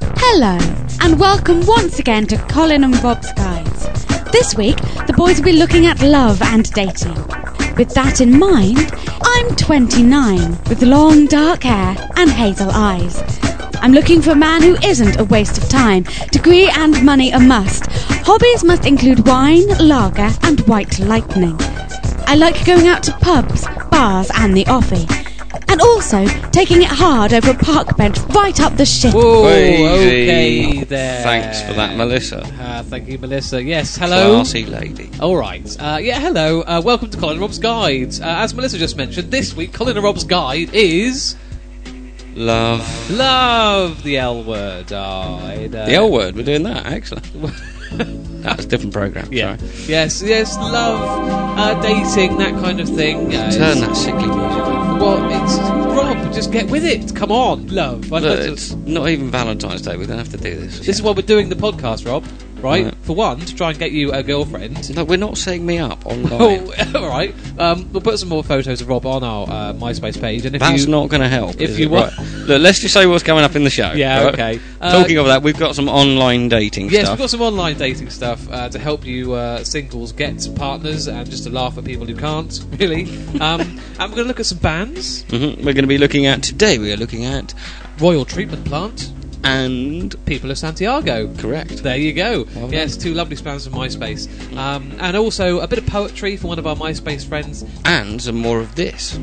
Hello, and welcome once again to Colin and Bob's Guides. This week, the boys will be looking at love and dating. With that in mind, I'm 29, with long dark hair and hazel eyes. I'm looking for a man who isn't a waste of time. Degree and money a must. Hobbies must include wine, lager, and white lightning. I like going out to pubs, bars, and the offie. And also taking it hard over a park bench right up the shit. Oh, Easy. okay there. Thanks for that, Melissa. Ah, thank you, Melissa. Yes, hello. Classy lady. All right. Uh, yeah, hello. Uh, welcome to Colin and Rob's Guide. Uh, as Melissa just mentioned, this week Colin and Rob's Guide is Love. love the L word. Ah, it, uh, The L word, we're doing that, excellent. That's a different programme, Yeah. sorry. Yes. Yes. Love, uh, dating, that kind of thing. Uh, Turn that sickly music off. Well, it's Rob. Just get with it. Come on, love. I'd Look, like to- it's not even Valentine's Day, we don't have to do this. This is why we're doing the podcast, Rob. Right? Right. For one, to try and get you a girlfriend. No, we're not setting me up online. Oh, all right. Um, we'll put some more photos of Rob on our uh, MySpace page, and if That's you not going to help. if is you it? want- Right. Look, let's just say what's coming up in the show. Yeah, right? okay. Uh, Talking of that, we've got some online dating yes, stuff. we've got some online dating stuff uh, to help you uh, singles get partners, and just to laugh at people who can't really. Um, and we're going to look at some bands, Mhm. We're going to be looking at today, we are looking at Royal Treatment Plant, and. People of Santiago. Correct. There you go. Well yes, two lovely spans from MySpace, um, and also a bit of poetry for one of our MySpace friends. And some more of this.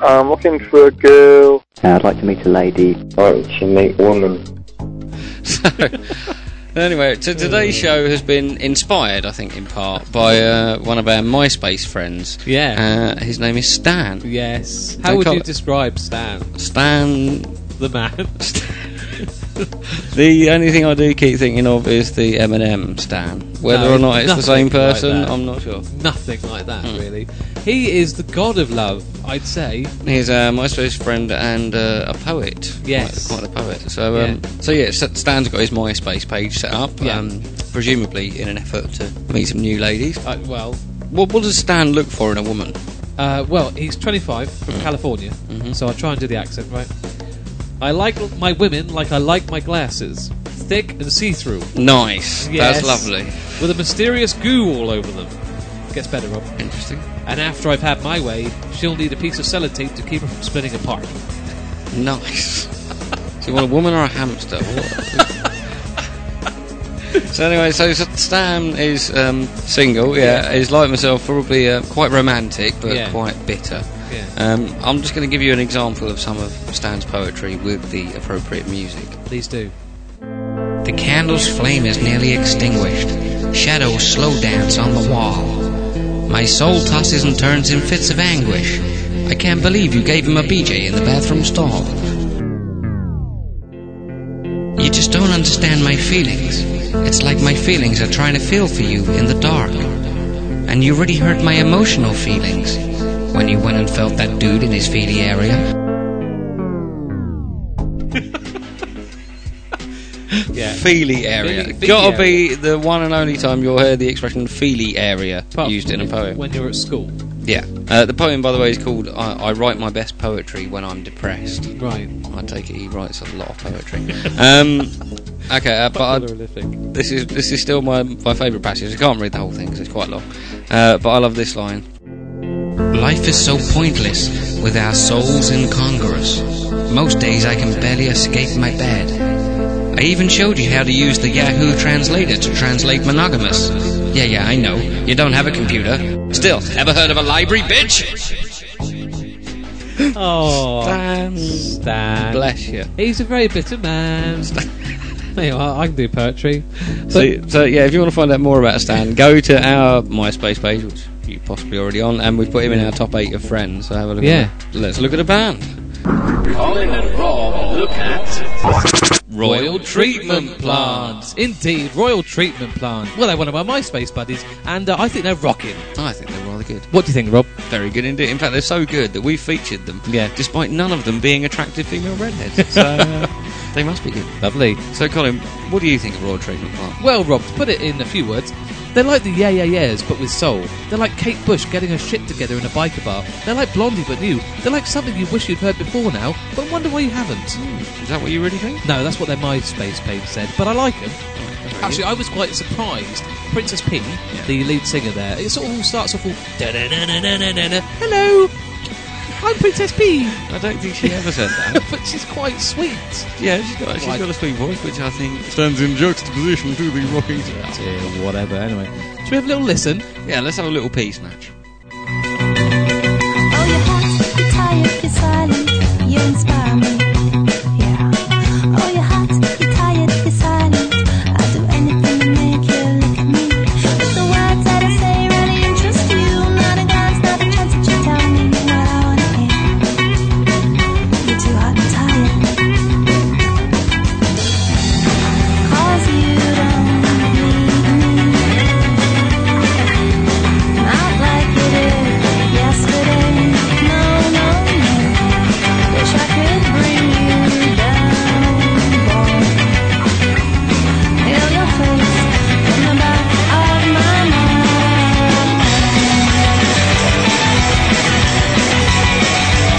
I'm looking for a girl. Uh, I'd like to meet a lady. I'd like to meet a woman. So, anyway, so today's show has been inspired, I think, in part by uh, one of our MySpace friends. Yeah. Uh, his name is Stan. Yes. How Don't would call you it- describe Stan, Stan. the man? The only thing I do keep thinking of is the Eminem Stan. Whether No, or not it's the nothing same like person, that. I'm not sure. Nothing like that, Hmm. really. He is the god of love, I'd say. He's a MySpace friend and uh, a poet. Yes. quite, quite a poet. So, um, so yeah, S- Stan's got his MySpace page set up. Yeah. Um, presumably in an effort to meet some new ladies. Uh, well, What, what does Stan look for in a woman? uh, well, he's 25 from Hmm. California, Mm-hmm. so I'll try and do the accent right. I like l- my women like I like my glasses, thick and see-through. Nice. Yes. That's lovely. with a mysterious goo all over them. Gets better, Rob. Interesting. And after I've had my way, she'll need a piece of sellotape to keep her from splitting apart. Nice. so you want a woman or a hamster? What? so anyway, so S- Stan is um, single. Yeah, is like myself, probably uh, quite romantic, but Yeah. quite bitter. Yeah. Um, I'm just going to give you an example of some of Stan's poetry with the appropriate music. Please do. The candle's flame is nearly extinguished. Shadows slow dance on the wall. My soul tosses and turns in fits of anguish. I can't believe you gave him a BJ in the bathroom stall. You just don't understand my feelings. It's like my feelings are trying to feel for you in the dark. And you really hurt my emotional feelings when you went and felt that dude in his feely area. Yeah. Feely area. Feely- feely Gotta be the one and only time you'll hear the expression feely area Apart used in a from poem. When you're at school. Yeah. Uh, the poem, by the way, is called I, I Write My Best Poetry When I'm Depressed. Right. I take it he writes a lot of poetry. um, okay, uh, but I, this is this is still my, my favourite passage. I can't read the whole thing because it's quite long. Uh, but I love this line. Life is so pointless with our souls incongruous. Most days I can barely escape my bed. I even showed you how to use the Yahoo translator to translate monogamous. Yeah, yeah, I know. You don't have a computer. Still, ever heard of a library, bitch? Oh, Stan. Stan. Bless you. He's a very bitter man. There you are, I can do poetry. So, so yeah, if you want to find out more about Stan, go to our MySpace page, which you possibly already on, and we've put him in our top eight of friends. So have a look. Yeah. at that. let's look at a band. Royal Treatment Plant. Indeed, Royal Treatment Plant. Well, they're one of my MySpace buddies, and uh, I think they're rocking. Oh, I think they're rather good, What do you think, Rob? very good indeed. In fact, they're so good that we featured them. Yeah. Despite none of them being attractive female redheads, so uh, they must be good. Lovely. So, Colin, what do you think of Royal Treatment Plant? Well, Rob, to put it in a few words, They're like the Yeah Yeah Yeahs, but with soul. They're like Kate Bush getting her shit together in a biker bar. They're like Blondie, but new. They're like something you wish you'd heard before now, but wonder why you haven't. Is that what you really think? No, that's what their MySpace page said, but I like them. Actually, I was quite surprised. Princess P, the lead singer there, it sort of all starts off all. "Da-da-da-da-da-da-da-da. Hello, I'm Princess P, I don't think she ever said that. but she's quite sweet. yeah, she's got, she's Like- got a sweet voice, which I think stands in juxtaposition to the rocking. whatever, anyway. Should we have a little listen? Yeah, let's have a little pea snatch. Oh, your heart's too tired, you're silent, you inspire me. Yeah. Oh, your heart's too tired, you're silent. I'll do anything to make you look at me. But the words that I say really interest you. Not a glance, not a chance that you tell me what I wanna hear. You're too hot and tired. 'Cause you don't need me. Not like it is yesterday. No, no, no. Wish I could bring you down, boy. Feel your face in the back of my mind.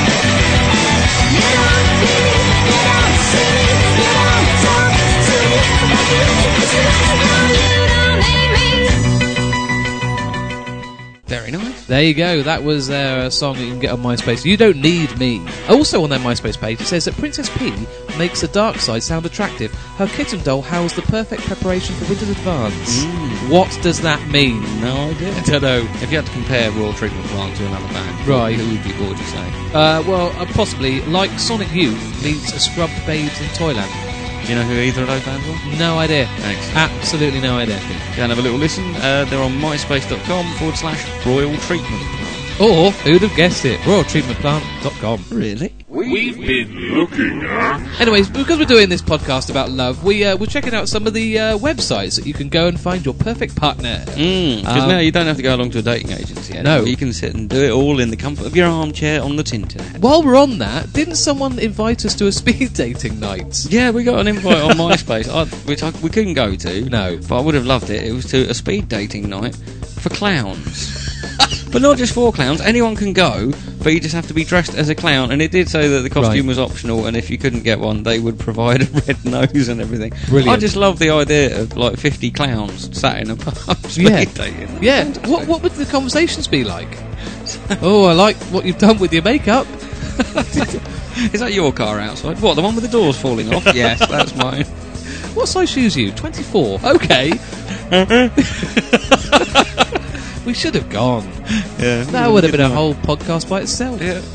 You don't feel, you don't see, you don't talk to me like you used to. No, you don't need me. Very nice. There you go. That was their uh, song that you can get on MySpace. You don't need me. Also on their MySpace page, it says that Princess P makes the dark side sound attractive. Her kitten doll howls the perfect preparation for winter's advance. What does that mean? No idea. I don't know. If you had to compare Royal Treatment Plant to another band, Right. who would you, what would you say? Uh, well, uh, possibly like Sonic Youth meets a scrubbed babes in Toyland. Do you know who either of those bands were? No idea. Excellent. Absolutely no idea. Go and have a little listen. Uh, they're on myspace.com forward slash Royal Treatment Plant. Or who'd have guessed it? RoyalTreatmentPlant.com. Really? Anyways, because we're doing this podcast about love, we uh, we're checking out some of the uh, websites that you can go and find your perfect partner. Mm, 'cause Um, now you don't have to go along to a dating agency. anymore. No. You can sit and do it all in the comfort of your armchair on the Tinternet. While we're on that, didn't someone invite us to a speed dating night? Yeah, we got an invite on MySpace, I, which I, we couldn't go to. No. But I would have loved it. It was to a speed dating night for clowns. but not just for clowns. Anyone can go, but you just have to be dressed as a clown. And it did say that the costume Right. was optional, and if you couldn't get one, they would provide a red nose and everything. Brilliant. I just love the idea of like 50 clowns sat in a pub speed Yeah. dating. Yeah. What what would the conversations be like? oh, I like what you've done with your makeup. Is that your car outside? What, the one with the doors falling off? yes, that's mine. What size shoes are you? Twenty four. Okay. we should have gone. Yeah. That would have been a whole podcast by itself. Yeah.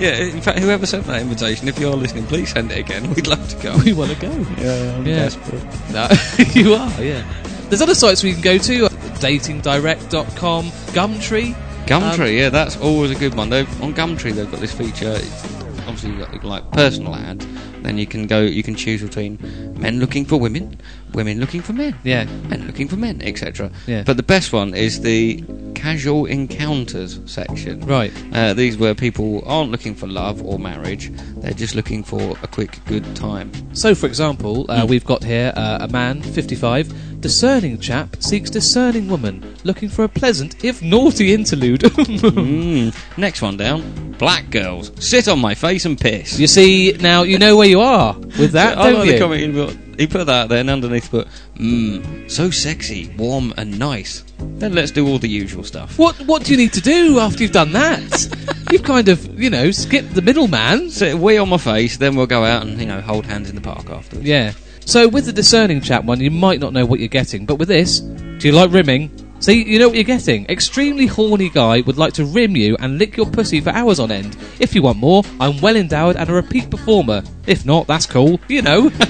Yeah, in fact, whoever sent that invitation, if you're listening, please send it again. We'd love to go. We want to go. Yeah, I'm Yeah. desperate. No, you are, yeah. There's other sites we can go to, uh, datingdirect.com, Gumtree. Gumtree, Um, yeah, that's always a good one. They've, on Gumtree, they've got this feature. It's obviously, you've got like personal ad. Then you can go, you can choose between men looking for women, women looking for men, Yeah. men looking for men, etc. Yeah. But the best one is the casual encounters section. Right. Uh, these where people aren't looking for love or marriage; they're just looking for a quick good time. So, for example, Mm. uh, we've got here uh, a man, 55, discerning chap, seeks discerning woman, looking for a pleasant, if naughty, interlude. Mm. Next one down. Black girls sit on my face and piss. you see, now you know where you are with that, Uh, I don't like you? the comment he put, he put that there, and underneath put, mmm, so sexy, warm, and nice. Then let's do all the usual stuff. What, what do you need to do after you've done that? you've kind of, you know, skipped the middleman. So we on my face, then we'll go out and you know hold hands in the park afterwards. Yeah. So with the discerning chat one, you might not know what you're getting, but with this, do you like rimming? See, you know what you're getting. Extremely horny guy would like to rim you and lick your pussy for hours on end. If you want more, I'm well endowed and a repeat performer. If not, that's cool. You know,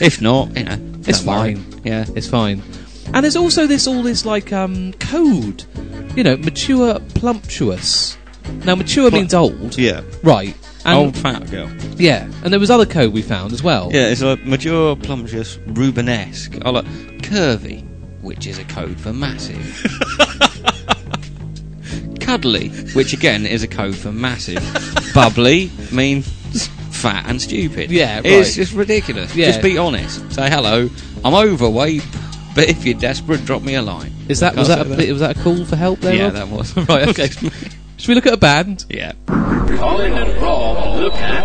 If not, you know, It's don't worry. fine. Yeah, it's fine. And there's also this all this like um, code, you know, mature plumptuous. Now, mature means old, yeah. right? And old fat girl. yeah, and there was other code we found as well. Oh. Yeah, it's like mature, plumptious, Rubenesque. I like curvy, which is a code for massive. Cuddly, which again is a code for massive. Bubbly means fat and stupid. Yeah, right. It's just ridiculous. Yeah. Just be honest. Say hello. I'm overweight. But if you're desperate, drop me a line. Is that was Can't that, do a, bit- was that a call for help there? Yeah, Rob? that was. right. Okay. Should we look at a band? Yeah. Colin and Rob look at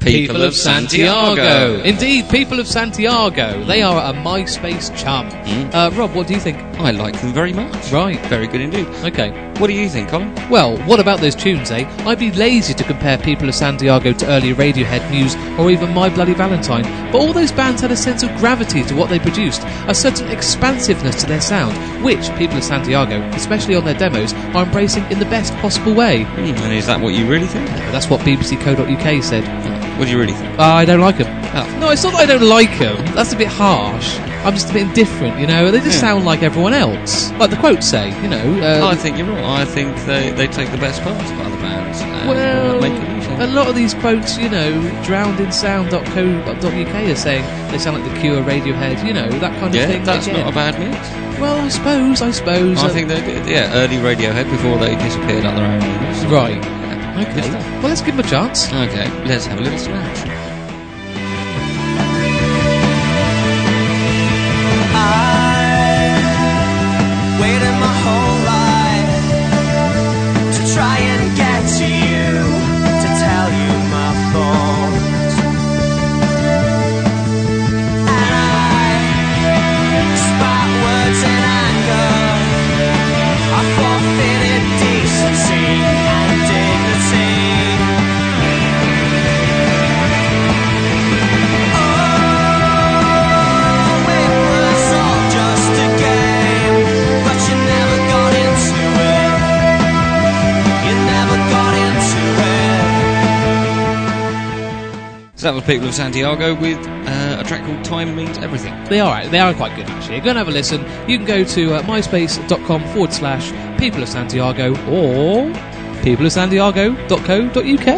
People, of Santiago. Indeed, people of Santiago. They are a MySpace chum. Mm. Uh, Rob, what do you think? I like them very much. Right. Very good indeed. Okay. What do you think, Colin? Well, what about those tunes, eh? I'd be lazy to compare People of Santiago to early Radiohead Muse or even My Bloody Valentine, but all those bands had a sense of gravity to what they produced, a certain expansiveness to their sound, which People of Santiago, especially on their demos, are embracing in the best possible way. And is that what you really think? That's what bbc.co.uk said. What do you really think? Uh, I don't like them. No, it's not that I don't like them. That's a bit harsh. I'm just a bit indifferent, you know. They just Yeah. Oh, sound like everyone else. Like the quotes say, you know. Uh, I think you're right. I think they, they take the best parts of other bands and uh, well, make it useful. a lot of these quotes, you know, drownedinsound.co.uk are saying they sound like The Cure, Radiohead, you know, that kind Yeah, of thing. that's Again, not a bad mix. Well, I suppose, I suppose. I uh, think they did. Yeah, early Radiohead before they disappeared on their own. Right. Yeah. Okay. Good stuff. Well, let's give them a chance. Okay, let's have a little smash. waited my whole life to try and get to you, to tell you my thoughts. And I spat words in anger. I forfeited decency and dignity. Oh, it was all just a game. But you never got into it. You never got into it. So that was People of Santiago with uh, a track called Time Means Everything. They are they are quite good actually. Go and have a listen. You can go to uh, myspace.com forward slash people of Santiago or people of santiago.co.uk.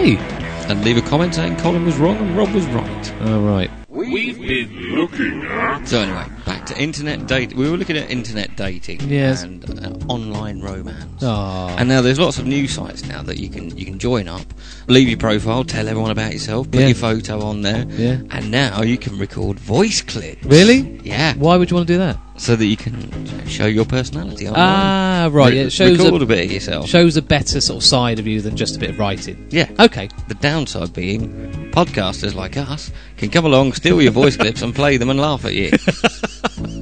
And leave a comment saying Colin was wrong and Rob was right. All right. We've been looking at So anyway, back to internet dating. We were looking at internet dating Yes. Oh, and uh, online romance. Aw. And now there's lots of new sites now that you can you can join up, leave your profile, tell everyone about yourself, put Yeah. your photo on there, Yeah. and now you can record voice clips. Really? Yeah. Why would you want to do that? So that you can show your personality. online. Ah, right. Re- yeah, it shows record a a, bit of yourself. shows a better sort of side of you than just a bit of writing. yeah. Okay. The downside being, podcasters like us can come along, steal your voice clips, and play them and laugh at you,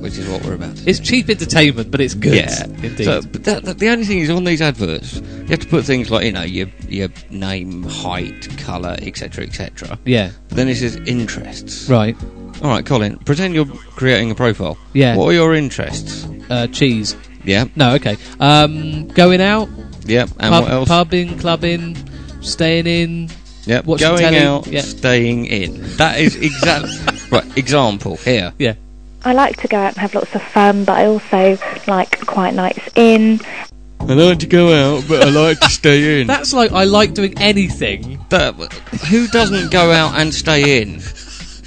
which is what we're about. To do. It's cheap entertainment, but it's good. Yeah, Indeed. So, but that, that, the only thing is on these adverts, you have to put things like you know your your name, height, color, etc., etc. yeah. Then it says interests. Right. All right, Colin, pretend you're creating a profile. Yeah. What are your interests? Uh, cheese. Yeah, No. Okay. Um, going out. yeah. And pub, what else? Pubbing, clubbing, staying in. Yeah. watching Going telly. out, Yeah. staying in. That is exactly right. Example here. Yeah. I like to go out and have lots of fun, but I also like quiet nights in. I like to go out, but I like to stay in. That's like I like doing anything. That, who doesn't go out and stay in?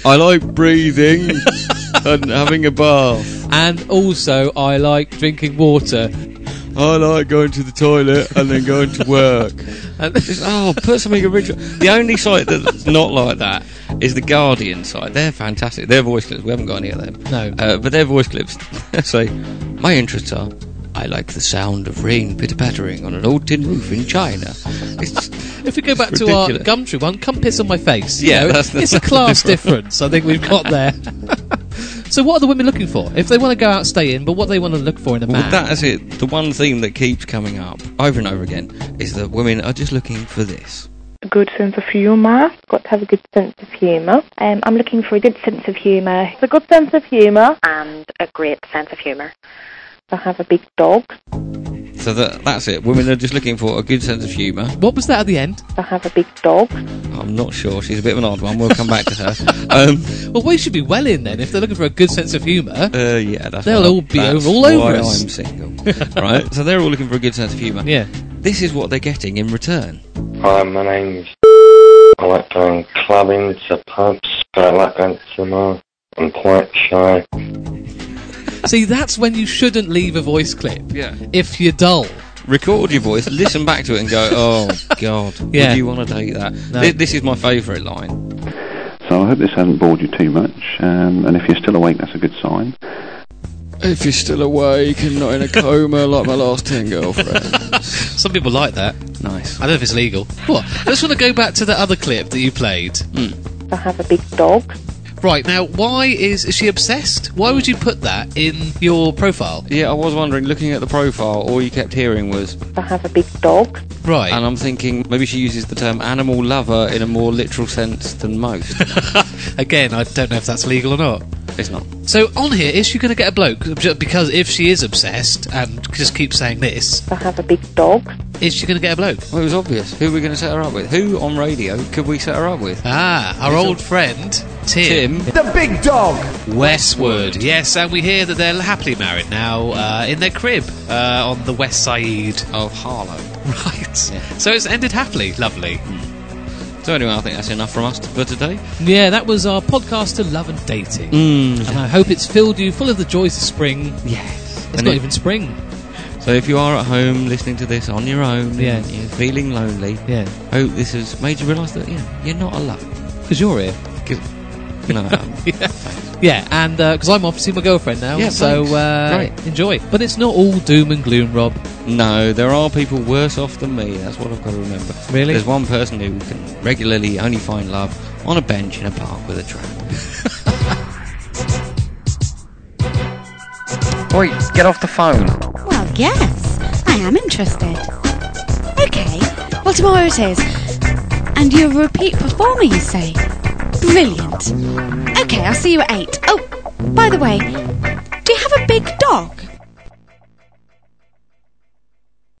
I like breathing and having a bath. And also, I like drinking water. I like going to the toilet and then going to work. And oh, put something original. The only site that's not like that is the Guardian site. They're fantastic. Their voice clips. We haven't got any of them. No. Uh, but their voice clips say, "My interests are." I like the sound of rain pitter pattering on an old tin roof in China. It's, if we go back to our ridiculous. Gumtree one, come piss on my face. Yeah, you know, that's the- it's a class difference. I think we've got there. so, what are the women looking for? If they want to go out, stay in. But what they want to look for in a Well, man? that is it. The one theme that keeps coming up over and over again is that women are just looking for this. A good sense of humour. Got to have a good sense of humour. Um, I'm looking for a good sense of humour. A good sense of humour. And a great sense of humour. I have a big dog. So that that's it. Women are just looking for a good sense of humour. what was that at the end? I have a big dog. I'm not sure. She's a bit of an odd one. We'll come back to her. Um, Well, we should be well in then if they're looking for a good sense of humour. uh, yeah, that's They'll why- all be that's all over why us. I'm single, right? So they're all looking for a good sense of humour. Yeah. This is what they're getting in return. Hi, my name's. I like going clubbing to pubs, but I like going to cinema. I'm quite shy. See, that's when you shouldn't leave a voice clip. Yeah. If you're dull. Record your voice, listen back to it, and go, "Oh God, Yeah. would you want to date that?" No. Thi- This is my favourite line. So I hope this hasn't bored you too much. Um, and if you're still awake, that's a good sign. If you're still awake and not in a coma like my last 10 girlfriends. Some people like that. nice. I don't know if it's legal. What? I just want to go back to the other clip that you played. I have a big dog. Right now, why is, is she obsessed? Why would you put that in your profile? Yeah, I was wondering, looking at the profile, all you kept hearing was, I have a big dog. Right. and I'm thinking maybe she uses the term animal lover in a more literal sense than most. Again, I don't know if that's legal or not. it's not. So on here, is she going to get a bloke? Ju- Because if she is obsessed and just keeps saying this, I have a big dog. is she going to get a bloke? Well, it was obvious. Who are we going to set her up with? Who on radio could we set her up with? Ah, our old friend Tim, Tim. Westwood. Yes, and we hear that they're happily married now uh, in their crib uh, on the West Side. Of Harlow. Right. So it's ended happily. Lovely. Mm. So anyway, I think that's enough from us for today. Yeah, that was our podcast to love and dating. Mm. And I hope it's filled you full of the joys of spring. Yes. It's not even spring. So if you are at home listening to this on your own, Yeah. and you're feeling lonely, Yeah. hope this has made you realise that yeah, you're not alone. Because you're here. No, um, Yeah, and because I'm off to see my girlfriend now, Yeah, so thanks. uh, Great. enjoy. But it's not all doom and gloom, Rob. no, there are people worse off than me. That's what I've got to remember. Really? There's one person who can regularly only find love on a bench in a park with a tram. Wait, get off the phone. Well, yes, I am interested. Okay, well, tomorrow it is. And you're a repeat performer, you say? Brilliant. Okay, I'll see you at eight. Oh, by the way, do you have a big dog?